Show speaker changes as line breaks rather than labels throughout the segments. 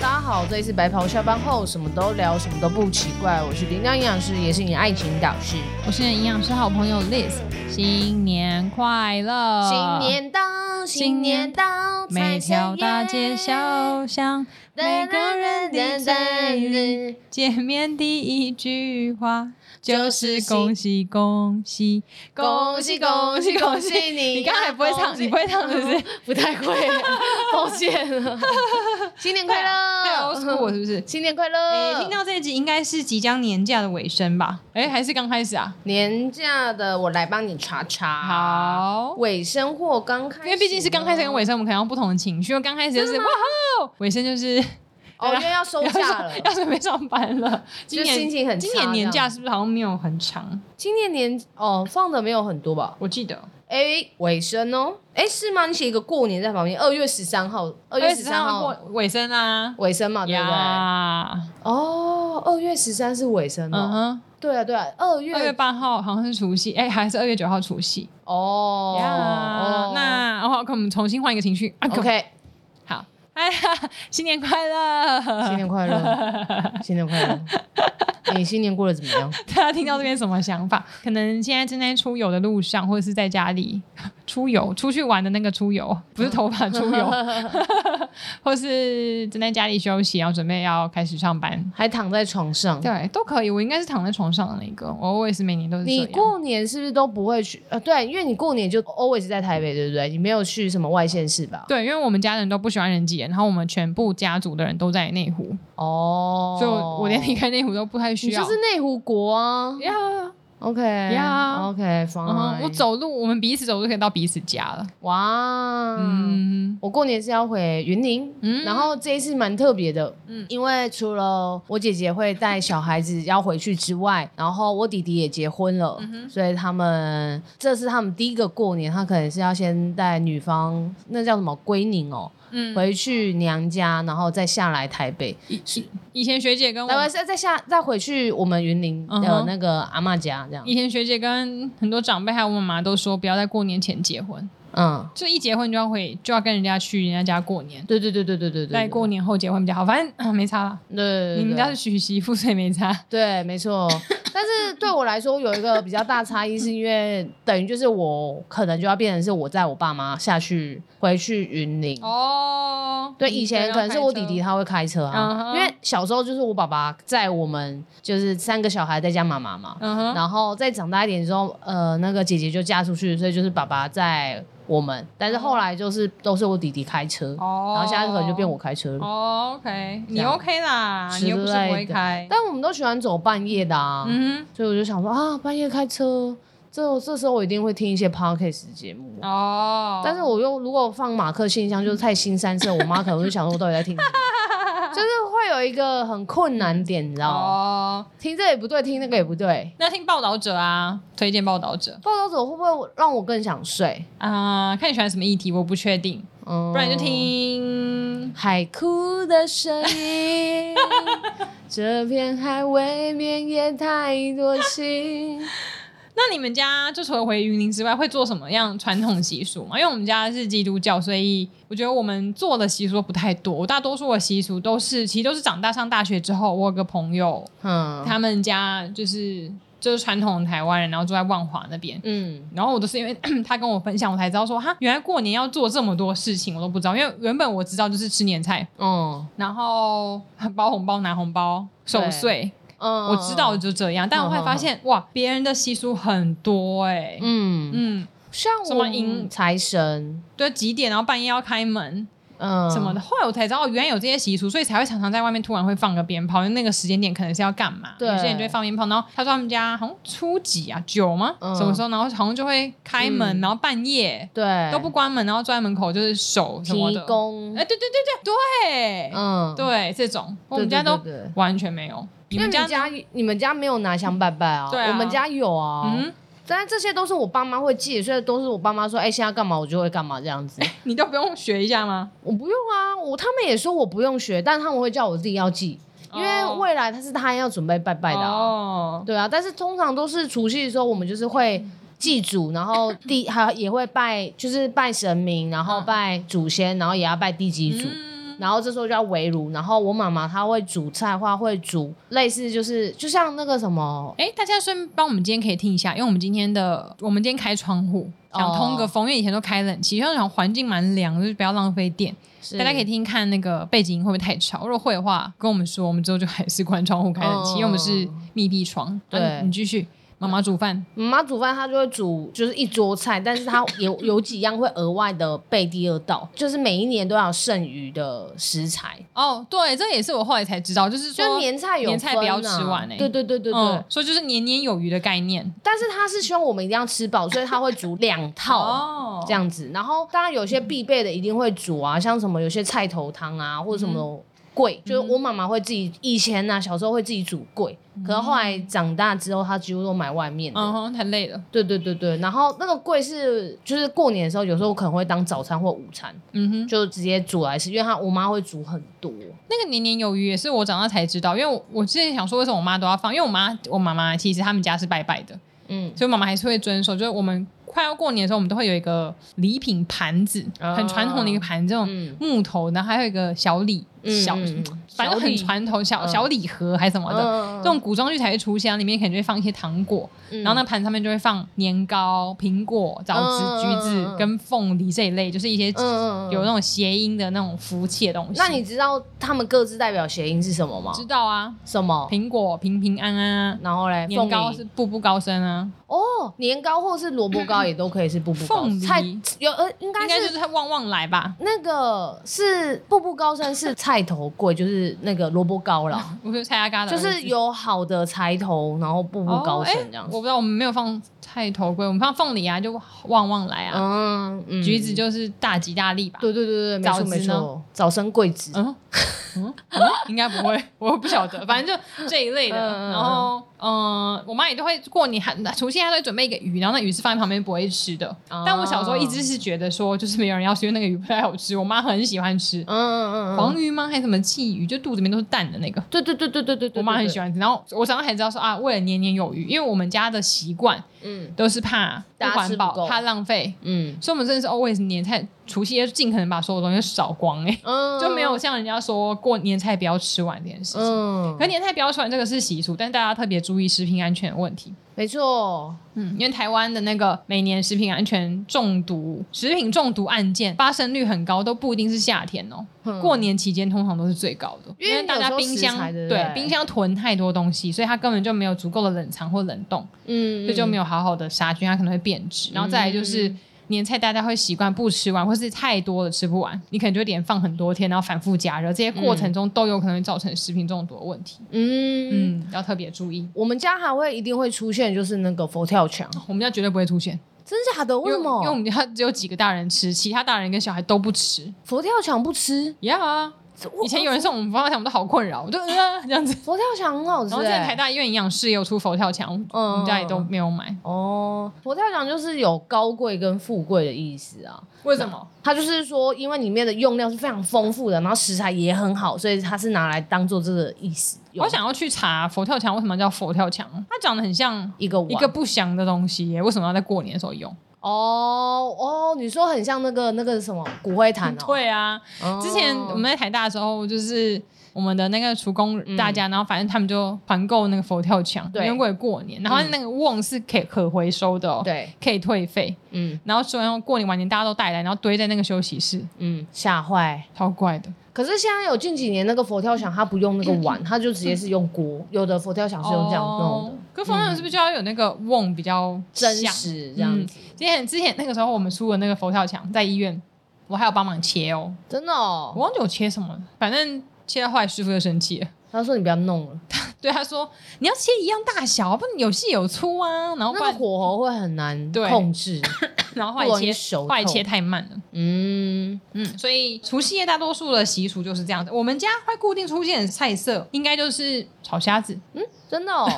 大家好，这里是白袍下班后，什么都聊，什么都不奇怪。我是铃铛营养师，也是你的爱情导师。
我是你的营养师好朋友 Liz，新年快乐！
新年到，新年到，
呃每条大街
小
小巷，每个人的生日，见面第一句话就是恭喜恭喜
恭喜恭喜恭喜你！
你刚才不会唱
恭喜
你不会唱是不是？
不太 会，抱歉了。新年快
还有啊 school
乐！
是不是？
新年快
诶、
乐！
听到这一集应该是即将年假的尾声吧？诶、还是刚开始啊？
年假的，我来帮你查查。
好
尾声或刚开始呢，
因为毕竟是刚开始跟尾声，我们可能有不同的情绪。因为刚开始就是哇吼，尾声 就是
哦，因为要收
要
假了
上。 要准备上班了。今年
心情很差
今年年假是不是好像没有很长？
今年年哦放的没有很多吧？
我记得
哎、尾声哦，哎、是吗？你写一个过年在旁边，二月十三号，二月十
23
三号
过尾声啊，
尾声嘛，对不对？
呀，
哦，二月十三是尾声
嗯
哦。
哼，
对啊，对啊，二月
二月八号好像是除夕，哎，还是二月九号除夕
哦
呀
哦，。
那然后我们重新换一个情绪啊
OK，
好，哎呀，新年快乐！
新年快 乐，新年快乐。你新年过得怎么样？
大家听到这边什么想法？可能现在正在出游的路上，或者是在家里出游、出去玩的那个出游，不是头发出游， 或是正在家里休息，然后准备要开始上班。
还躺在床上？
对，都可以。我应该是躺在床上的那个，我我也是每年都是这
你
样。
过年是不是都不会去？呃，对，因为你过年就 always 在台北，对不对？你没有去什么外县市吧？
对，因为我们家人都不喜欢人挤人，然后我们全部家族的人都在内湖，
哦，
所以我我连啊离开内湖都不太需
你
要。
就是内湖国啊。
呀，
OK，
Yeah
o k 方
嗯
案、
哼，我走路，我们彼此走路可以到彼此家了。
哇，
嗯
我过年是要回云林，
嗯
然后这一次蛮特别的，嗯，因为除了我姐姐会带小孩子要回去之外，然后我弟弟也结婚了，
嗯
所以他们这是他们第一个过年，他可能是要先带女方那叫什么归宁哦，
嗯，
回去娘家，然后再下来台北，
以以以前学姐跟我
然后再再下再回去我们云林
哦嗯
的
哼
那个阿嬷家这样，
以前学姐跟很多长辈还有我妈妈都说，不要在过年前结婚，
嗯，
就一结婚就要回就要跟人家去人家家过年，
对对对对对对对，
在过年后结婚比较好。反正、啊没差啦，
对，对对
你们
对
家是娶媳妇，所以没差。
对，没错。但是对我来说，有一个比较大差异，是因为等于就是我可能就要变成是我载我爸妈下去回去云林。
哦，
嗯对，以前可能是我弟弟他会开车啊
嗯，哼
因为小时候就是我爸爸载我们，就是三个小孩再加妈妈嘛。
嗯哼，
然后再长大一点之后，呃，那个姐姐就嫁出去，所以就是爸爸载我们。但是后来就是都是我弟弟开车，
嗯哦，
然后现在可能就变我。开车了。
哦，OK，
这
你
样
OK 啦，
之
你又不是
类
不会
的
开。
但我们都喜欢走半夜的啊。
嗯
所以我就想说啊，半夜开车，这这时候我一定会听一些 podcast 节目。
哼，哦，
但是我又如果放马克信箱，就是太新三色，我妈可能会想说我到底在听什么， 就是会有一个很困难点，你知道吗？
哦，
听这也不对，听那个也不对。
那听报道者啊，推荐报道者
报道者会不会让我更想睡？
啊、看你喜欢什么议题，我不确定，
嗯，
不然就
哦
听
海哭的声音，这片海未免也太多 情。
那你们家就除了回云林之外，会做什么样传统习俗吗？因为我们家是基督教，所以我觉得我们做的习俗都不太多。我大多数的习俗都是，其实都是长大上大学之后，我有个朋友，
嗯
他们家就是就是传统的台湾人，然后住在万华那边。
嗯，
然后我都是因为 他跟我分享，我才知道说哈，原来过年要做这么多事情，我都不知道。因为原本我知道就是吃年菜，
哦，
然后 包红包、拿红包、守
对
岁，
嗯，
我知道就这样。但我会发现哇，别人的习俗很多哎、
嗯。
嗯，
像
什么
我
迎
财神，
对，几点，然后半夜要开门
嗯，
什么的。后来我才知道，哦原来有这些习俗，所以才会常常在外面突然会放个鞭炮，因为那个时间点可能是要干嘛。
对
有些人就会放鞭炮。然后他说他们家好像初几啊，九吗？
嗯
什么时候？然后好像就会开门，
嗯
然后半夜
对，
都不关门，然后坐在门口就是守什么
提
的。
供
哎、，对对对对对，
嗯，
对这种
对，
我们家都
对对对
完全没有。你
因为
们
你
家
们家你们家没有拿香拜拜啊，
对啊
我们家有啊，
嗯，
但是这些都是我爸妈会记，所以都是我爸妈说，哎，现在干嘛我就会干嘛这 样子，
你都不用学一下吗？
我不用啊，我他们也说我不用学，但他们会叫我自己要记，因为
哦
未来他是他要准备拜拜的啊，
哦，
对啊，但是通常都是除夕的时候，我们就是
嗯
会祭祖，然后 地还也会拜，就是拜神明，然后拜祖先，然后也要拜地基主。
嗯
然后这时候就要围炉，然后我妈妈她会煮菜话，会煮类似就是就像那个什么，
哎，大家顺便帮我们今天可以听一下，因为我们今天的我们今天开窗户，想通个风，因为以前都开冷气，因为想环境蛮凉，就是不要浪费电。
是
大家可以听听看那个背景音会不会太吵，如果会的话跟我们说，我们之后就还是关窗户开冷气，
嗯
因为我们是密闭窗。
对
啊你你继续，妈妈煮饭，
妈妈煮饭，她就会煮就是一桌菜，但是她有有几样会额外的备第二道，就是每一年都要有剩余的食材，
哦，对，这也是我后来才知道，就是说
就年菜有、啊、
年菜不要吃完欸
对对对对对。
嗯，所以就是年年有余的概念。
但是她是希望我们一定要吃饱，所以她会煮两套。
哦
这样子，然后当然有些必备的一定会煮啊，像什么有些菜头汤啊，
嗯
或者什么桂，就是我妈妈会自己以前呢、啊、小时候会自己煮桂，可是后来长大之后，她几乎都买外面的。
嗯哼，太累了。
对对对对，然后那个桂是就是过年的时候，有时候我可能会当早餐或午餐，
嗯哼，
就直接煮来吃，因为她我妈会煮很多。
那个年年有余也是我长大才知道，因为我我之前想说为什么我妈都要放，因为我妈我妈妈其实他们家是拜拜的，
嗯，
所以妈妈还是会遵守，就是我们快要过年的时候，我们都会有一个礼品盘子，
哦
很传统的一个盘，这种
嗯
木头，然后还有一个小礼
嗯
小
嗯嗯，
反正
小
很
礼
传统小
嗯
小礼盒还是什么的。
嗯
这种古装剧才会出现，啊里面可能就会放一些糖果，然后那盘上面就会放年糕、苹果、枣
嗯嗯嗯
子、橘
嗯
子
嗯
跟凤梨这一类，就是一些
嗯嗯嗯
有那种谐音的那种福气的东西。
那你知道他们各自代表谐音是什么吗？
知道啊？
什么？
苹果平平安安啊，
然后嘞，
年糕
凤梨
是步步高升啊，
哦，年糕或是萝卜糕也都可以是步步高
凤
升。
梨
菜有呃，应该
应该就是是旺旺来吧？
那个是步步高升是菜头贵，就是那个萝卜糕 啦，
我是蔡阿嘎的
就
儿子，
是有好的柴头，然后步步高升这样
哦
子。
诶我不知道，我们没有放菜头龟，我们放凤梨啊，就旺旺来啊。
嗯嗯，
橘子就是大吉大利吧？
对对对对，没
枣
错
子
没
呢
错，早生贵子。
嗯，嗯嗯，应该不会， 我不晓得，反正就这一类的。
嗯嗯嗯
然后，嗯、我妈也都会过年还除夕，她都会准备一个鱼，然后那鱼是放在旁边不会吃的。
哦
但我小时候一直是觉得说，就是没有人要吃，因为那个鱼不太好吃。我妈很喜欢吃
嗯嗯嗯嗯，
黄鱼吗？还是什么鲫鱼？就肚子里面都是蛋的那个。
对对对对对对对，
我妈很喜
欢。
欢吃，然后我长大才知道说啊，为了年年有余，因为我们家的习惯
嗯
都是怕不
大家吃
环
不
保、
够
怕浪费，
嗯
所以我们真的是 always 年菜除夕夜尽可能把所有东西扫光、欸，
嗯，
就没有像人家说过年菜不要吃完这件事情。
嗯
可，年菜不要吃完这个是习俗，但大家特别注意食品安全的问题。
没错。
嗯，因为台湾的那个每年食品安全中毒、食品中毒案件发生率很高，都不一定是夏天哦、
嗯
过年期间通常都是最高的，
因
因
为
大
有时
家
候
冰
食
箱
材对不对
冰箱囤太多东西，所以它根本就没有足够的冷藏或冷冻，
嗯，嗯
所以就没有好好的杀菌，它可能会变质。然后再来就是。年菜大家会习惯不吃完，或是太多了吃不完，你可能就连放很多天，然后反复加热，这些过程中都有可能会造成食品中毒的问题。
嗯嗯，
嗯，要特别注意。
我们家还会一定会出现就是那个佛跳墙，
我们家绝对不会出现，
真假的？为什
因为
么？
我们家只有几个大人吃，其他大人跟小孩都不吃。
佛跳墙不吃？
呀、以前有人送我们佛跳墙，我们都好困扰，我就、呃、这样子。
佛跳墙很好吃、
然后之前台
欸。
大医院营养师也有出佛跳墙，
嗯
我们家也都没有买。
哦，佛跳墙就是有高贵跟富贵的意思啊。
为什么？
它就是说，因为里面的用料是非常丰富的，然后食材也很好，所以它是拿来当做这个意思。有
我想要去查佛跳墙为什么叫佛跳墙，它长得很像
一个碗
一个不祥的东西耶，为什么要在过年的时候用？
哦哦，你说很像那个那个什么骨灰坛哦。
对啊，
哦
之前我们在台大的时候，就是我们的那个厨工大家，然后反正他们就团购那个佛跳墙，
嗯对
因为为了过年，然后那个瓮是可以可回收的、哦，，
对，
可以退费。
嗯
然后吃完后过年晚年大家都带来，然后堆在那个休息室，
嗯，吓坏。
超怪的。
可是现在有近几年那个佛跳墙，它不用那个碗，它就直接是用锅。有的佛跳墙是用这样弄的，
嗯哦可佛跳墙是不是就要有那个瓮比较
真
像
实这样子。
之前之前那个时候我们出的那个佛跳墙在医院，我还有帮忙切哦，
真的哦
我，忘记我切什么了，反正切到后来师傅就生气了，
他说你不要弄了，
对他说你要切一样大小，不能有细有粗啊，然
那
后不
个
然
火候会很难
对
控制。
然后
不
后
容
来
易
切
熟
后来
透
切太慢了，
嗯，
嗯，所以除夕夜大多数的习俗就是这样子。我们家会固定出现的菜色，应该就是炒虾子。
真的哦，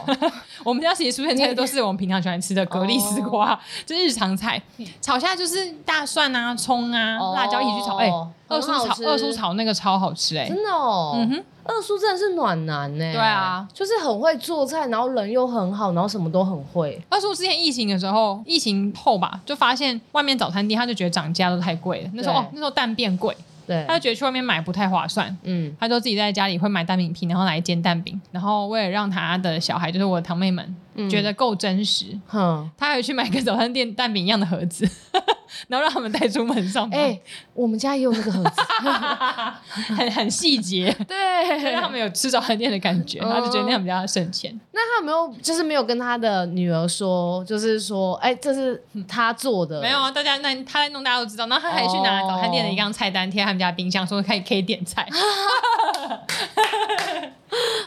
我们家其实出现的菜色都是我们平常喜欢吃的蛤蜊丝瓜，这、是日常菜。炒虾就是大蒜啊、葱啊、
嗯哦
辣椒一起去炒，哎、二叔
很好
炒
吃
二叔炒那个超好吃哎、
真的哦。
嗯哼，
二叔真的是暖男呢、
对啊，
就是很会做菜，然后人又很好，然后什么都很会。
二叔之前疫情的时候，疫情后吧，就发现外面早餐店他就觉得涨价都太贵了。那时候
对
哦，那时候蛋变贵，
对
他，就觉得去外面买不太划算，
嗯，
他就自己在家里会买蛋饼皮，然后来煎蛋饼，然后为了让他的小孩，就是我的堂妹们，
嗯
觉得够真实，
哼，
他还去买跟早餐店蛋饼一样的盒子， 然后让他们带出门上班，
哎、我们家也有那个盒子，
很很细节， 就
对
让他们有吃早餐店的感觉，
哦
然后就觉得那样比较省钱。
那他有没有就是没有跟他的女儿说，就是说，哎、这是他做的，
没有啊，大家那他在弄，大家都知道。然后他还去拿
呃哦
早餐店的一张菜单贴他们家冰箱，说可以可以点菜。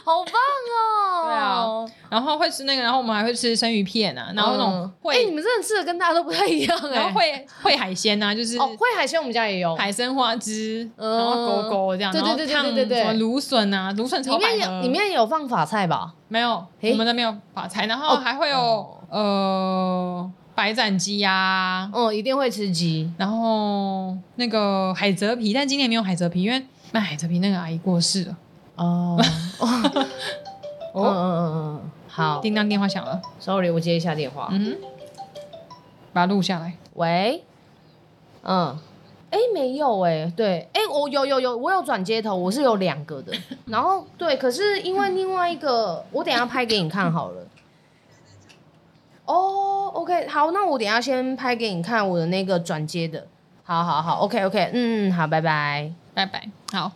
好棒哦！对啊，
然后会吃那个，然后我们还会吃生鱼片啊，然后那种
哎、
烩，
你们真的吃的跟大家都不太一样哎、
然后烩烩海鲜啊，就是
哦，会海鲜我们家也有，
海参花枝，
嗯
然后勾勾这样，
对
然
对
后
对对
烫
对对对
什么芦笋啊，芦笋
里
炒百
面有
合，
里面有放法菜吧？
没有，
诶
我们那没有法菜，然
哦
后还会有呃白斩鸡啊，
嗯，一定会吃鸡。
然后那个海蜇皮，但今年没有海蜇皮，因为卖海蜇皮那个阿姨过世了。
哦，嗯嗯
哦，
嗯嗯，好
叮当电话响了，
，sorry，我接一下电话。
嗯哼，把它录下来。
喂，嗯，哎，没有哎、对，哎，我有有有，我有转接头，我是有两个 的。然后对，可是因为另外一个，我等一下拍给你看好了。哦、o k 好，那我等一下先拍给你看我的那个转接的。好好好，OK OK，嗯，好，拜拜。
拜拜。好，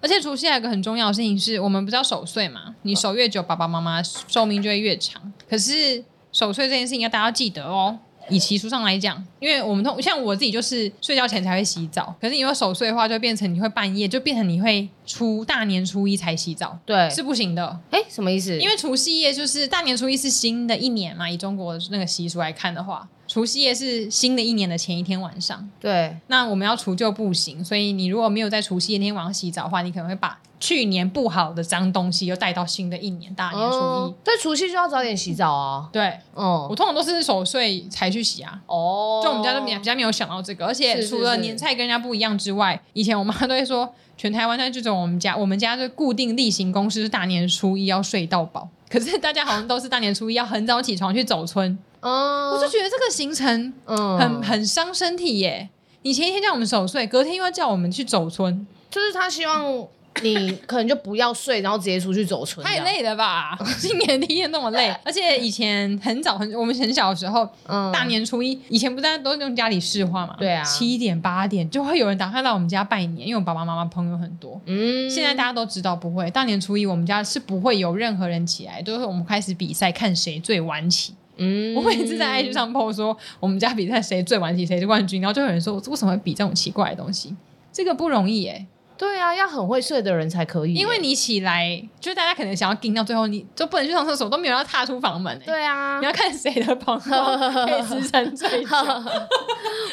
而且除夕还有一个很重要的事情是，我们不是要守岁嘛？你守越久，爸爸妈妈寿命就会越长。可是守岁这件事情，要大家要记得哦。以习俗上来讲，因为我们通像我自己就是睡觉前才会洗澡，可是你如果守岁的话，就变成你会半夜，就变成你会初大年初一才洗澡，
对，
是不行的。
哎，什么意思？
因
为
为除夕夜就是大年初一是新的一年嘛，以中国那个习俗来看的话，除夕夜是新的一年的前一天晚上。
对，
那我们要除旧布新，所以你如果没有在除夕那天晚上洗澡的话，你可能会把去年不好的脏东西又带到新的一年大啊年初一。
嗯，对，除夕就要早点洗澡啊。
对
嗯
我，通常都是守岁才去洗啊。
哦，
就我们家就比较比较没有想到这个，而且
是是
除了
是
年菜跟人家不一样之外，以前我妈都会说，全台湾像这种我们家，我们家就固定例行公事是大年初一要睡到饱。可是大家好像都是大年初一要很早起床去走村，
嗯，
我就觉得这个行程
嗯
很很伤身体耶。你前一天叫我们守岁，隔天又要叫我们去走村，
就是他希望 你可能就不要睡，然后直接出去走村，
太，累了吧？ 今年第一天那么 累，而且以前很早很我们很小的时候，
嗯
大年初一以前不是大家都用家里市话嘛？
对啊
七点八点就会有人打电话到我们家拜年，因为我爸爸妈妈朋友很多。
嗯
现在大家都知道不会，大年初一我们家是不会有任何人起来，都是我们开始比赛看谁最晚起。
嗯
我每次在 IG 上 PO 说我们家比赛谁最晚起谁是冠军，然后就有人说为什么会比这种奇怪的东西？这个不容易哎、
对啊，要很会睡的人才可以耶，
因为你起来，就是大家可能想要盯到最后，你就不能去上厕所，都没有要踏出房门、欸。、
对啊
你，要看谁的 膀胱可以支撑最久，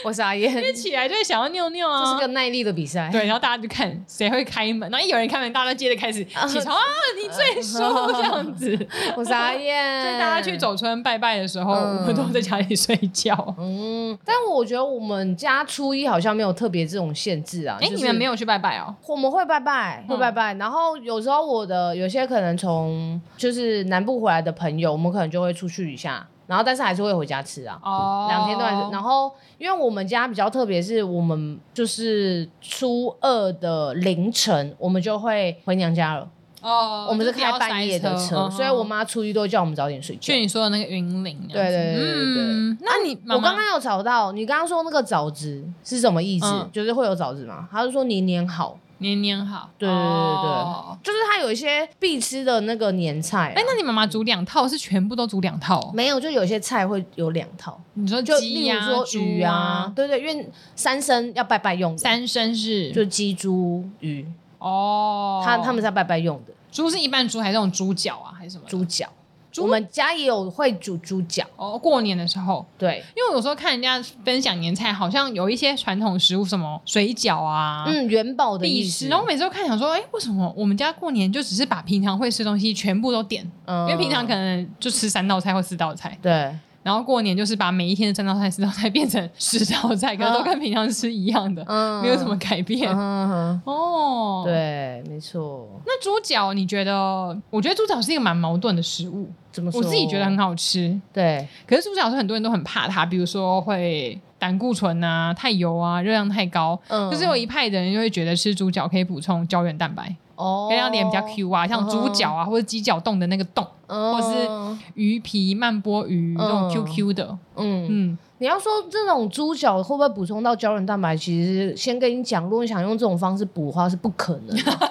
我傻眼，
因为起来就会想要尿尿
这是
啊
个。耐力的比赛，
对，然后大家就看谁会开门，然后一有人开门，大家就接着开始起
嗯
床啊，你最输 这样子。所
我傻眼，
以大家去，走村拜拜的时候，
嗯
我们都在家里睡觉。
嗯，但我觉得我们家初一好像没有特别这种限制啊，
哎，
就是
你们没有去嗯拜拜哦？
我们会拜拜，会拜拜。然后有时候我的有些可能从就是南部回来的朋友，我们可能就会出去一下，然后但是还是会回家吃啊。
哦，
两天都还是，然后因为我们家比较特别，是我们就是初二的凌晨，我们就会回娘家了。
哦，
我们是
就是不要
开半夜的
塞
车，
嗯
所以我妈初一都会叫我们早点睡觉
去。你说的那个云林这
对对
样子，
对对对
嗯，那你妈
我
妈
刚刚有找到你刚刚说那个枣子是什么意思？
嗯
就是会有枣子吗？他就说年年好，
年年好，
对对对对对
哦
就是它有一些必吃的那个年菜啊、
哎、那你妈妈煮两套是全部都煮两套、哦？
没有，就有些菜会有两套，
你说
就
鸡
例
呀、
如说鱼
猪
啊，，对对，因为三生要拜拜用的，
三生是
就鸡、猪、鱼，
哦，
他他们是要拜拜用的。
猪是一般猪还是那种猪脚啊，还是什么的
猪脚，我们家也有会煮猪脚，
哦，过年的时候，
对，
因为我有时候看人家分享年菜，好像有一些传统食物，什么水饺啊。
嗯，元宝的
必
意
吃，
思，
然后我每次都看想说，哎，为什么我们家过年就只是把平常会吃的东西全部都点？
嗯
因为平常可能就吃三道菜或四道菜，
对，
然后过年就是把每一天的三道菜、四道菜 变成十道菜，可是都跟平常吃一样的，
嗯
没有什么改变。
嗯哼，
哦，。
对，没错。
那猪脚，你觉得？我觉得猪脚是一个蛮矛盾的食物，
怎么说？
我自己觉得很好吃，
对，
可是猪脚是很多人都很怕它，比如说会胆固醇啊、太油啊、热量太高。
嗯
就是有一派的人就会觉得吃猪脚可以补充胶原蛋白，
哦
可以让脸比较 Q 啊，像猪脚啊或者鸡脚冻的那个冻，
嗯
或是鱼皮、慢波鱼这种
嗯
QQ 的，
嗯，
嗯，
你要说这种猪脚会不会补充到胶原蛋白？其实先跟你讲，如果你想用这种方式补的话，是不可能的。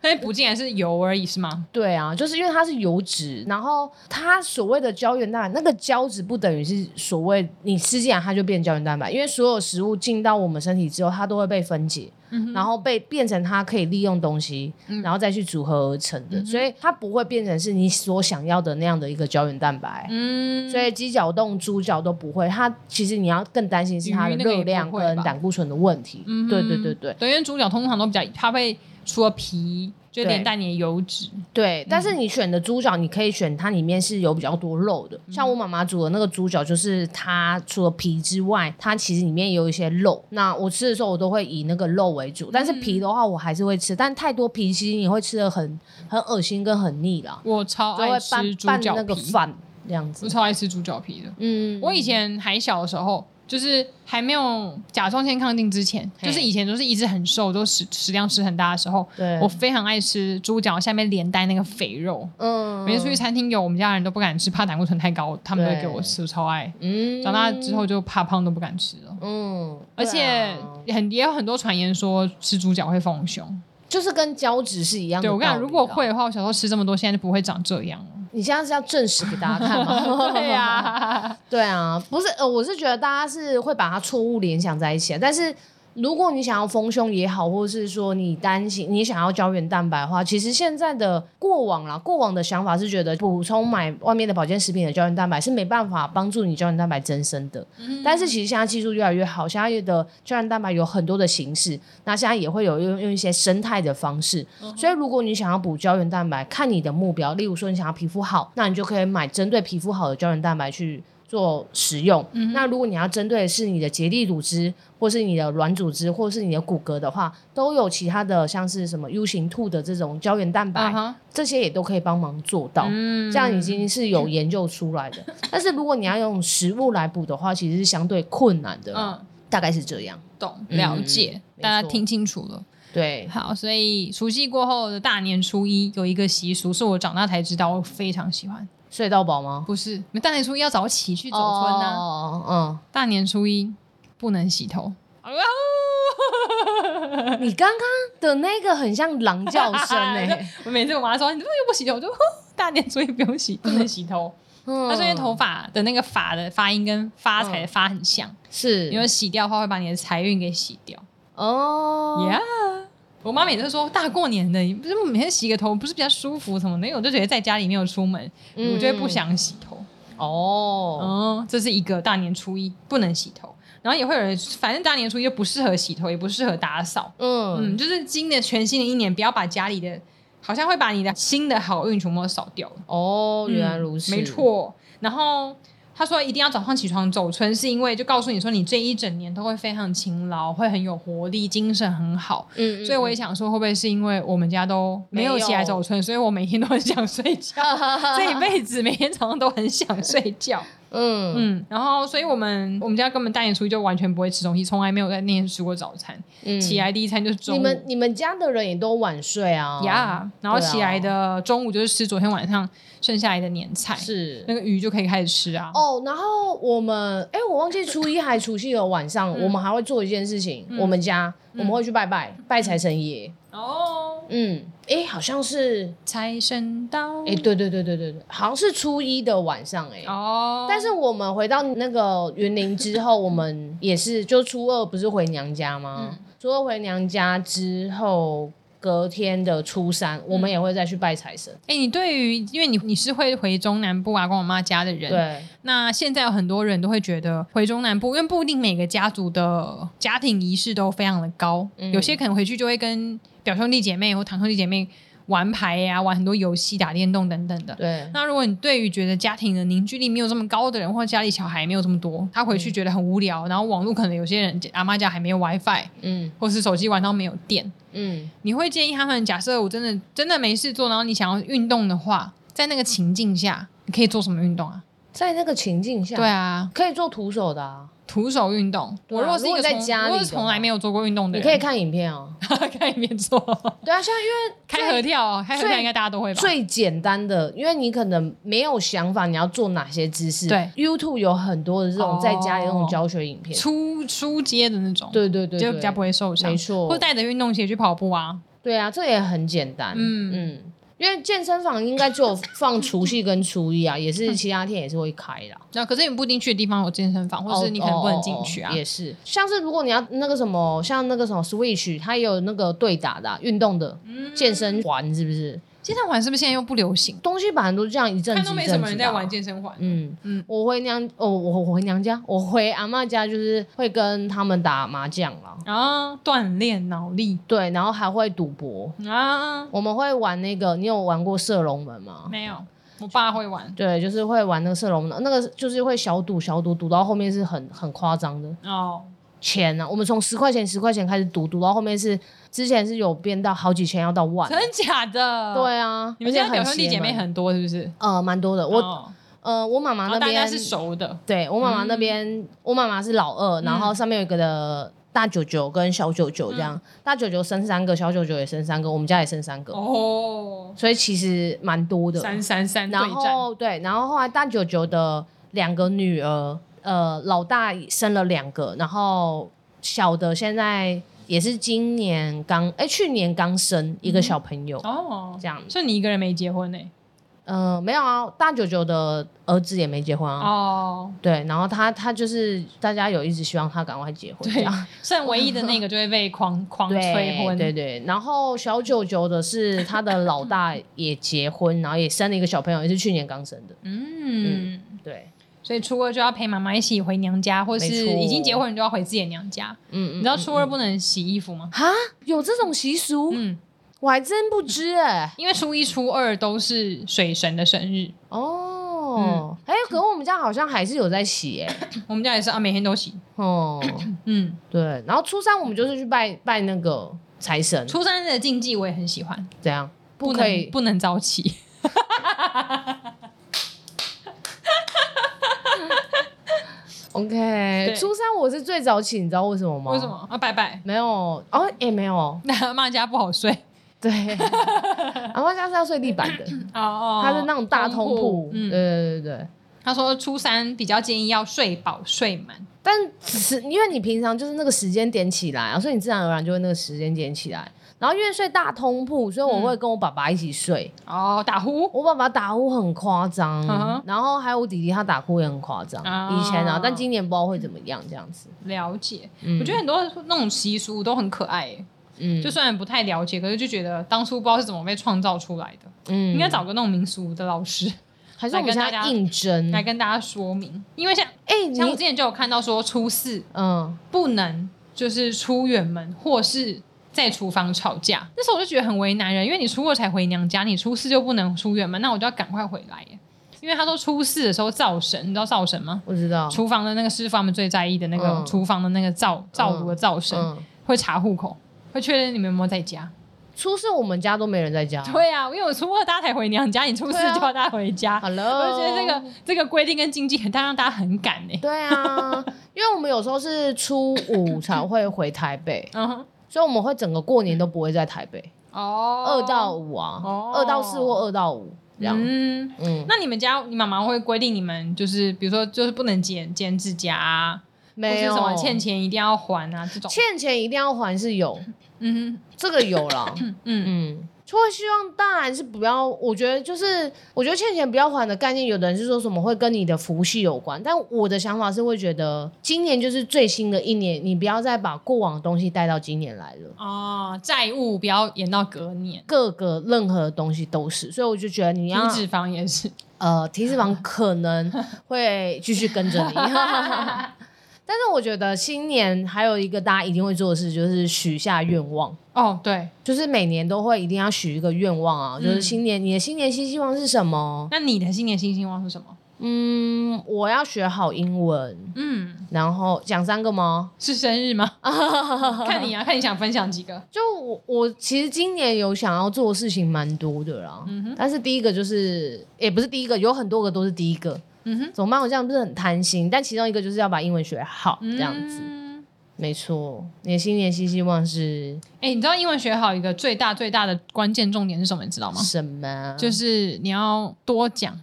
但是不竟然是油而已是吗？
对啊，就是因为它是油脂，然后它所谓的胶原蛋白，那个胶质不等于是所谓你吃进来它就变胶原蛋白，因为所有食物进到我们身体之后，它都会被分解，
嗯
然后被变成它可以利用东西，然后再去组合而成
嗯
的，所以它不会变成是你所想要的那样的一个胶原蛋白。
嗯，
所以鸡脚冻、猪脚都不会，它其实你要更担心是它的热量跟胆固醇的问题。
嗯
对对对对
对，因为猪脚通常都比较，它会除了皮，就连带你的油脂，
对，但
嗯
是你选的猪脚，你可以选它里面是有比较多肉的，像我
嗯
妈妈煮的那个猪脚，就是它除了皮之外，它其实里面也有一些肉。那我吃的时候，我都会以那个肉为主，但是
嗯
皮的话我还是会吃，但太多皮其实你会吃的很很恶心跟很腻啦，
我超
就会
爱吃
拌
猪
拌
脚
那个
皮，
饭这样
我
子。
超爱吃猪脚皮的。
嗯，
我以前还小的时候，就是还没有甲状腺亢进之前，
嘿
就是以前就是一直很瘦，都食食量吃很大的时候，
对
我非常爱吃猪脚下面连带那个肥肉。
嗯
每次出去餐厅有，我们家人都不敢吃，怕胆固醇太高，他们都会给我吃，我超爱。
嗯
长大之后就怕胖都不敢吃了，
嗯，
而
对
且
啊
很也有很多传言说吃猪脚会丰胸。
就是跟胶质是一样的
对
道
我
理啊
跟
啦。
你讲，如果会的话，我小时候吃这么多，现在就不会长这样了。
你现在是要证实给大家看吗？
对呀，
对啊，不是呃，我是觉得大家是会把它错误联想在一起啊，但是。如果你想要丰胸也好，或是说你担心你想要胶原蛋白的话，其实现在的过往啦，过往的想法是觉得补充买外面的保健食品的胶原蛋白是没办法帮助你胶原蛋白增生的。但是其实现在技术越来越好，现在的胶原蛋白有很多的形式，那现在也会有用用一些生态的方式。所以如果你想要补胶原蛋白，看你的目标，例如说你想要皮肤好，那你就可以买针对皮肤好的胶原蛋白去。做使用，那如果你要针对的是你的结缔组织，或是你的软组织，或是你的骨骼的话，都有其他的像是什么 U 型兔的这种胶原蛋白，
啊哈，
这些也都可以帮忙做到。
嗯
这样已经是有研究出来 的。但是如果你要用食物来补的话，其实是相对困难的啦，
嗯，
大概是这样。
懂
嗯
了解，
没错
大家听清楚了。
对，
好，所以除夕过后的大年初一有一个习俗，是我长大才知道，我非常喜欢。
睡到饱吗？
不是，大年初一要早起去走村呐、啊
哦，
大年初一不能洗头。啊
嗯，你刚刚的那个很像狼 叫声哎、
我每次我妈说你怎么又不洗头，我就哦大年初一不用洗， 不能洗头。
嗯
她说因为头发的那个发的发音跟发财的发很像，
是
因为洗掉的话会把你的财运给洗掉。
哦
Yeah，我妈每次都说大过年的，你不是每天洗个头不是比较舒服什么的？因为我就觉得在家里没有出门，
嗯
我就会不想洗头。
哦，
哦，这是一个大年初一不能洗头，然后也会有人，反正大年初一就不适合洗头，也不适合打扫。
嗯
嗯，就是今年全新的一年，不要把家里的，好像会把你的新的好运全部都扫掉了。
哦，原来如此，
嗯没。错。然后他说一定要早上起床走春，是因为就告诉你说你这一整年都会非常勤劳，会很有活力，精神很好。
嗯，嗯
所以我也想说，会不会是因为我们家都没有起来走春，所以我每天都很想 睡觉，这一辈子每天早上都很想睡 觉。
嗯
嗯，然后所以我们我们家根本大年初一就完全不会吃东西，从来没有在那天吃过早餐，
嗯，
起来第一餐就是中
你
午。
们你们家的人也都晚睡啊？
呀然后起来的中午就是吃昨天晚上剩下来的年菜，
是
那个鱼就可以开始吃啊。
哦，然后我们哎、我忘记初一还除夕的晚上，我们还会做一件事情，我们家、我们会去拜拜，拜财神爷。
哦，
嗯，哎、好像是
财神到，
哎、对对对对对对，好像是初一的晚上哎、
哦，
但是我们回到那个云林之后，我们也是，就初二不是回娘家吗？初二回娘家之后，隔天的初三，我们也会再去拜财神。
哎、你对于因为你你是会回中南部啊，跟我妈家的人，
对，
那现在有很多人都会觉得回中南部，因为不一定每个家族的嗯家庭仪式都非常的高，有些可能回去就会跟表兄弟姐妹或堂兄弟姐妹玩牌呀、玩很多游戏、打电动等等的。
对，
那如果你对于觉得家庭的凝聚力没有这么高的人，或者家里小孩没有这么多，他回去觉得很无聊，然后网络可能有些人阿妈家还没有 WiFi，
嗯
或是手机玩到没有电，
嗯
你会建议他们，假设我真的真的没事做，然后你想要运动的话，在那个情境下，你可以做什么运动啊？
在那个情境下，
对，啊，
可以做徒手的啊，
徒手运动。
对啊
我如果是一个
如果在
从
家里
我
的
是从来没有做过运动的
你可以
人，
看影片啊。
可 以看一边做，
对啊，现在因为
开合跳，啊开合跳应该大家都会吧？
最简单的，因为你可能没有想法你要做哪些姿势，
对
，YouTube 有很多的这种
哦
在家里那种教学影片，
出出街的那种，
对对对，
就比较不
会，
会受伤
没。错
或，带着运动鞋去跑步啊，
对啊，这也很简单，
嗯
嗯。因为健身房应该只有放除夕跟初一啊，也
嗯
是其他天也是会开啦。
那可是你不一定去的地方有健身房，或是你可能不能进去啊
哦哦哦哦。也是，像是如果你要那个什么，像那个什么 Switch，它也有那个对打的啊、运动的、健身环，是不是？
健身环是不是现在又不流行？
东西本来都这样一阵子
嗯看
一阵子的啊、
都没什么人在玩健身环。
嗯
嗯
嗯，我回娘，哦，我我回娘家，我回阿嬷家，就是会跟他们打麻将啦，
啊，锻炼脑力
对，然后还会赌博，
啊，
我们会玩那个，你有玩过射龙门吗？
没有，我爸会玩
对，就是会玩那个射龙门，那个就是会小赌小赌，赌到后面是很很夸张的
哦，
钱啊。我们从十块钱十块钱开始赌，赌到后面是之前是有变到好几千，要到万。
真假的？，
对啊，
你
而
们
且
家表
很
兄弟
邪
姐妹
门
很多是不是？
呃蛮多的，我、
哦
呃我妈妈
然
那
后大
边
家是熟的，
对我妈妈那边，
嗯
我妈妈是老二，然后上面有一个的大舅舅跟小舅舅这样，
嗯
大舅舅生三个，小舅舅也生三个，我们家也生三个，
哦，
所以其实蛮多的。
三三三对
然
战，
后对，然后后来大舅舅的两个女儿，呃，老大生了两个，然后小的现在也是今年刚，哎，去年刚生一个小朋友，
哦，
这样。
就你一个人没结婚欸呢？
嗯，没有啊，大舅舅的儿子也没结婚啊。
哦，
对，然后他他就是大家有一直希望他赶快结婚，这
对
样，
剩唯一的那个就会 被狂狂催婚，
对对，然后小九九的是他的老大也结婚，然后也生了一个小朋友，也是去年刚生的。
嗯。
对，
所以初二就要陪妈妈一起回娘家，或
没
是
错
已经结婚你就要回自己的娘家。
嗯嗯，
你知道初二不能洗衣服吗？
啊，有这种习俗，
嗯，
我还真不知哎、
因为初一、初二都是水神的生日，嗯
哦，哎、可是我们家好像还是有在洗哎、
我们家也是啊，每天都洗。
哦，
嗯，
对，然后初三我们就是去拜拜那个财神，
初三的禁忌我也很喜欢，
怎样？不
能
可以，
不能早起。
OK，初三我是最早起，你知道为什么吗？
为什？么？啊，拜拜。
没有哦，也没有，
那阿妈家不好睡
对，阿妈家是要睡地板的，
哦哦
它是那种大通铺，对
嗯，
对对对。
他说初三比较建议要睡饱睡满，
但是因为你平常就是那个时间点起来啊，所以你自然而然就会那个时间点起来。然后因为睡大通铺，所以我会跟我爸爸一起睡。
哦，打呼
我爸爸打呼很夸张
嗯哼
然后还有我弟弟他打呼也很夸张。
啊
以前啊，但今年不知道会怎么样这样子。
了解。
嗯
我觉得很多那种习俗都很可爱耶，
嗯，
就虽然不太了解，可是就觉得当初不知道是怎么被创造出来的，
嗯
应该找个那种民俗的老师
还是我们现
来跟大
在
家
应征。
来
哎、
跟大家说明，因为像
你
像我之前就有看到说初四
嗯，
不能就是出远门或是在厨房吵架。那时候我就觉得很为难人，因为你初二才回娘家，你初四就不能出远门，那我就要赶快回来耶。因为他说初四的时候灶神，你知道灶神吗？
我知道。
厨房的那个师傅他们最在意的那个
哦嗯
厨房的那个灶灶炉的灶神、
嗯，
会查户口，会确认你们有没有在家。
初四我们家都没人在家。
对啊，因为我初二大家才回娘家，你初四
对啊哦
就要大家回家。
，Hello。
我就觉得这个这个规定跟经济很大，让大家很赶呢、
对 啊，因为我们有时候是初五才会回台 北，
嗯哼，
所以我们会整个过年都不会在台北，
哦，
二到五啊，
哦
二到四或二到五这样。
嗯，
嗯，
那你们家你妈妈会规定你们就是比如说就是不能剪剪指甲、啊，或
没
是
有
什么欠钱一定要还啊这种。
欠钱一定要还是有，
嗯
这个有啦。
哼 嗯
嗯，就会希望当然是不要，我觉得就是我觉得欠钱不要还的概念，有的人是说什么会跟你的福气有关，但我的想法是会觉得今年就是最新的一年，你不要再把过往的东西带到今年来了。
哦，债务不要延到隔年，
各个任何东西都是，所以我就觉得你
体
要
脂肪也是。
呃，体脂肪可能会继续跟着你，但是我觉得新年还有一个大家一定会做的事，就是许下愿望。
哦，对，
就是每年都会一定要许一个愿望啊，就是
嗯
新年你的新年新希望是什么？
那你的新年新希望是什么？
嗯，我要学好英文，
嗯，
然后讲三个吗？
是生日 吗？看你啊，看你想分享几个。
就我我其实今年有想要做的事情蛮多的啦，
嗯哼，
但是第一个就是也不是第一个，有很多个都是第一个。
嗯哼，
怎么办？我这样不是很贪心，但其中一个就是要把英文学好，这样子、
嗯
没错。你的新年新希望是
哎、你知道英文学好一个最大最大的关键重点是什啊么？你知道吗？
什么？
就是你要多讲。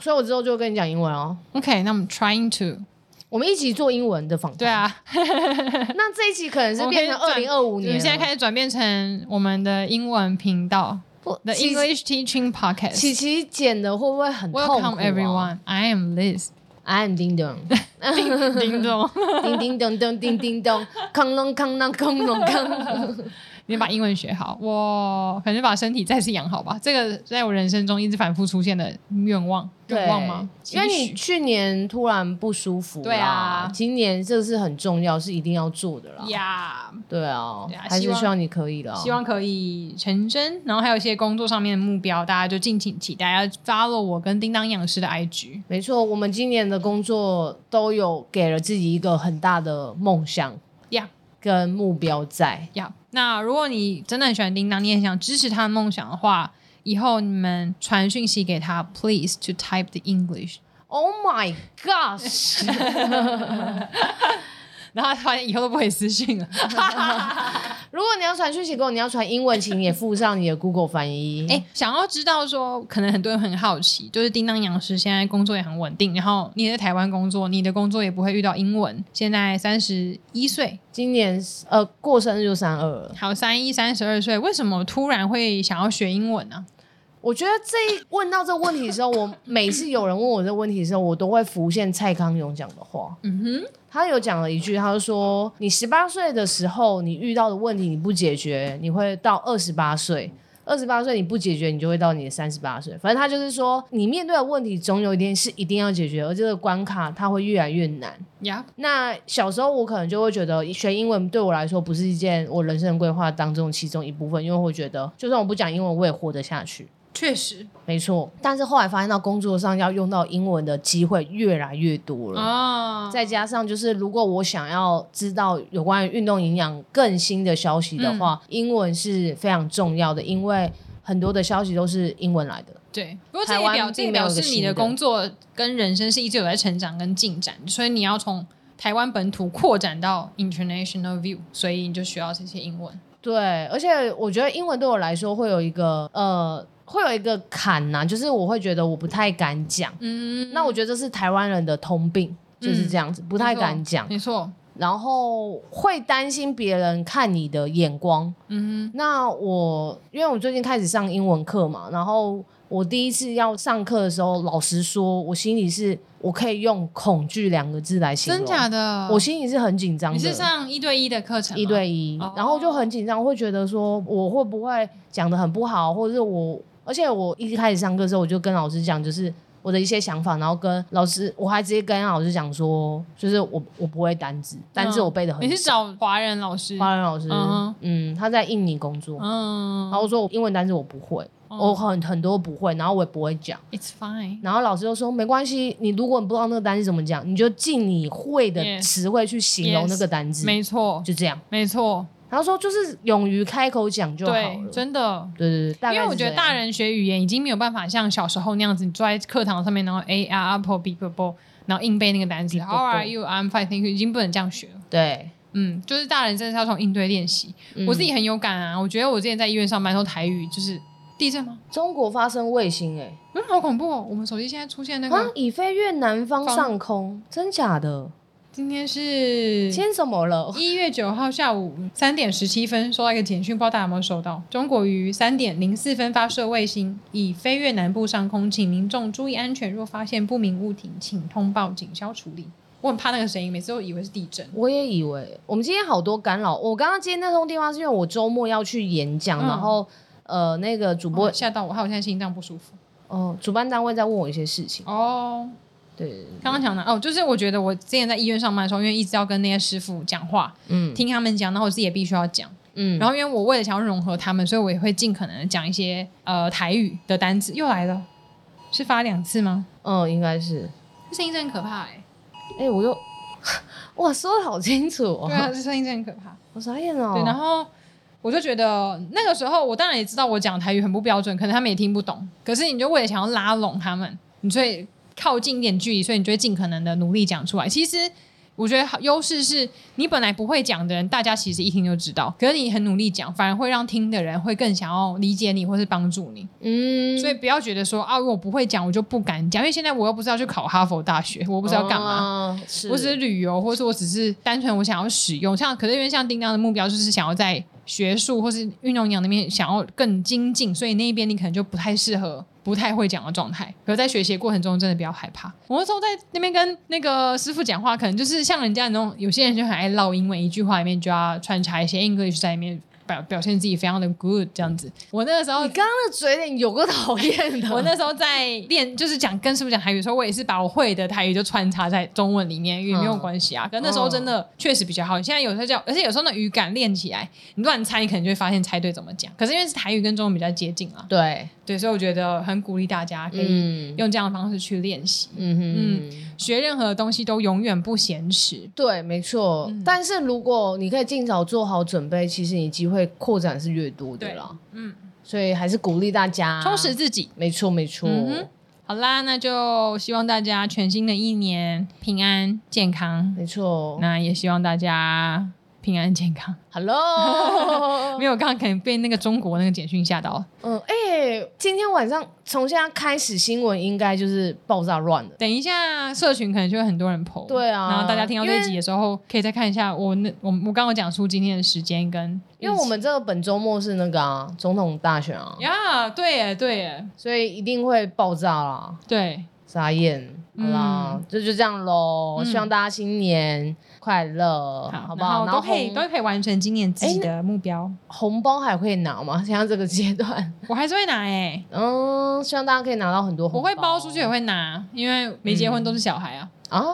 所以我之后就跟你讲英文哦。
OK，那我们 trying to，
我们一起做英文的访谈。
对，啊，
那这一期可能是变成
我
二
们可以
零二五
我
年
们
了，
现在开始转变成我们的英文频道
不
The
琪
English Teaching Podcast。
琪琪剪的会不会很痛苦、啊、
Welcome everyone. I am Liz.
I am 叮咚，
林总，
叮叮咚咚，叮叮咚，康隆康啷康隆 康。
你把英文学好，我可能把身体再次养好吧。这个在我人生中一直反复出现的愿望，愿望吗？
因为
期
你
许
去年突然不舒服啦，
对啊
今年这是很重要，是一定要做的啦。
呀
对啊，
对啊
还
希
是
望
希望你可以啦。
希望可以成真。然后还有一些工作上面的目标，大家就敬请期待。要 follow 我跟叮当养师的 IG。
没错，我们今年的工作都有给了自己一个很大的梦想
呀
跟目标在。
呀，那如果你真的很喜欢叮当，你也想支持他的梦想的话，以后你们传讯息给他，please to type the English。
Oh my gosh！
然后他发现以后都不回私信了。
如果你要传讯息给我，你要传英文，请也附上你的 Google 翻译。
哎、想要知道说，可能很多人很好奇，就是叮当养师现在工作也很稳定，然后你也在台湾工作，你的工作也不会遇到英文。现在三十一岁，
今年呃过生日就三二了，
好三一三十二岁，为什么突然会想要学英文啊呢、
我觉得这一问到这个问题的时候，我每次有人问我这个问题的时候，我都会浮现蔡康永讲的话。
嗯
他有讲了一句，他就说：“你十八岁的时候，你遇到的问题你不解决，你会到二十八岁；二十八岁你不解决，你就会到你的三十八岁。反正他就是说，你面对的问题总有一天是一定要解决，而这个关卡它会越来越难。”
哼，呀，
那小时候我可能就会觉得学英文对我来说不是一件我人生规划当中其中一部分，因为我觉得就算我不讲英文，我也活得下去。
确实
没错，但是后来发现到工作上要用到英文的机会越来越多了。
哦，
再加上就是，如果我想要知道有关于运动营养更新的消息的话，英文是非常重要的，因为很多的消息都是英文来的。
对。不过这
台
也
湾
表这也
并没有
表
一个
示你的
新的
工作跟人生是一直有在成长跟进展，所以你要从台湾本土扩展到 international view，所以你就需要这些英文。
对，而且我觉得英文对我来说会有一个呃，会有一个坎呐、啊就是我会觉得我不太敢讲。
嗯，
那我觉得这是台湾人的通病，就是这样子，不太敢讲，
没错，
然后会担心别人看你的眼光。
嗯
那我因为我最近开始上英文课嘛，然后我第一次要上课的时候，老实说，我心里是我可以用恐惧两个字来
哼，
形容，
真假的？
我心里是很紧张的。
你是上一对一的课程吗
一对一，
哦
然后就很紧张，会觉得说我会不会讲的很不好，或者是我，而且我一开始上课的时候，我就跟老师讲，就是我的一些想法，然后跟老师，我还直接跟老师讲说，就是我我不会单字，单字我背的很
嗯你是
少。
找华人老师？
华人老师，
嗯哼
嗯，他在印尼工作，
嗯
然后我说我英文单字我不会，
哦
我很很多不会，然后我也不会讲。
，It's fine。
然后老师就说没关系，你如果你不知道那个单字怎么讲，你就尽你会的
Yes
词汇去形容
Yes
那个单字
没错，
就这样。
没错，
然后说就是勇于开口讲就好了。
对，真的。
对对对，大概
因为我觉得大
人
人学语言已经没有办法像小时候那样子，你坐在课堂上面，然后哎啊 A R apple B b b，然后硬背那个单词
Beep, boop,
How are 啊 you? I'm fine, thank you，已经不能这样学了。
对，
嗯，就是大人真的是要从应对练习。
嗯
我自己很有感啊，我觉得我之前在医院上班的时候，台语就是地震吗？
中国发生卫星哎、
嗯，好恐怖哦！我们手机现在出现那
啊
个，，
已飞越南方上空，真假的？
今天是
今天怎么了？
一月九号下午三点十七分，收到一个简讯，不知道大家有没有收到？中国于三点零四分发射卫星，已飞越南部上空，请民众注意安全。若发现不明物体，请通报警消处理。我很怕那个声音，每次都以为是地震。
我也以为我们今天好多干扰。我刚刚接那通电话是因为我周末要去演讲，
嗯
然后呃，那个主播
哦吓到我，害我现在心脏不舒服。
哦、主办单位在问我一些事情。
哦，
对，
刚刚讲的哦，就是我觉得我之前在医院上班的时候，因为一直要跟那些师傅讲话，
嗯
听他们讲，然后我自己也必须要讲。
嗯，
然后因为我为了想要融合他们，所以我也会尽可能的讲一些呃台语的单词。又来了，是发两次吗？
嗯，应该是，
这声音真的很可怕哎、
哎、我又 哇说的好清楚哦，
对啊， 这声音真的很可怕。
我傻眼哦，
对，然后我就觉得那个时候，我当然也知道我讲台语很不标准，可能他们也听不懂。可是你就为了想要拉拢他们，你就会靠近一点距离，所以你就会尽可能的努力讲出来。其实我觉得优势是你本来不会讲的人，大家其实一听就知道。可是你很努力讲，反而会让听的人会更想要理解你，或是帮助你。
嗯，
所以不要觉得说啊，我不会讲，我就不敢讲，因为现在我又不是要去考哈佛大学，我又不是要干嘛。
嘛，哦是
我只是旅游，或是我只是单纯我想要使用。像可是因为像叮当的目标就是想要在学术或是运动营养那边想要更精进，所以那一边你可能就不太适合。不太会讲的状态，可是在学习的过程中真的不要害怕。我那时候在那边跟那个师傅讲话，可能就是像人家那种有些人就很爱唠英文，一句话里面就要穿插一些 English 在里面表表现自己非常的 good 这样子。我那个时候
你刚刚的嘴脸有够讨厌的，
哦 我那时候在练，就是讲跟师傅讲台语的时候，我也是把我会的台语就穿插在中文里面，也没有关系啊。可那时候真的确实比较好。你现在有时候叫，而且有时候那语感练起来，你乱猜，你可能就会发现猜对怎么讲。可是因为是台语跟中文比较接近啊，
对，
对，所以我觉得很鼓励大家可以
嗯
用这样的方式去练习，
嗯哼嗯。
学任何东西都永远不嫌迟。
对，没错。
嗯
但是如果你可以尽早做好准备，其实你机会扩展是越多的啦。
嗯，
所以还是鼓励大家
充实。自己。
没错，没错。
嗯哼好啦，那就希望大家全新的一年平安健康。
没错
那也希望大家平安健康。
，Hello，
没有，刚刚可能被那个中国那个简讯吓到了。
嗯，哎、今天晚上从现在开始，新闻应该就是爆炸乱了。
等一下，社群可能就会很多人 PO。
对啊
然后大家听到这集的时候，可以再看一下我那我我刚刚有讲出今天的时间跟日期，
因为我们这个本周末是那个啊，总统大选啊，
呀，对耶，对耶，
所以一定会爆炸啦，
对，
傻眼。好啦，
嗯
这就这样喽。
嗯
希望大家新年快乐，哦好不好？
然后都可以
红
都可以完成今年自己的目
哎
标，
红包还会拿吗？ 现在这个阶段，
我还是会拿哎，
嗯，希望大家可以拿到很多红
我
包。
会包出去也会拿，因为没结婚都是小孩啊。
啊，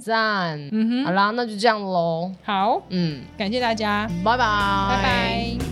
赞！好
嗯哼，嗯
啦，那就这样喽，
好，
嗯，
感谢大家，
拜拜，
拜。拜。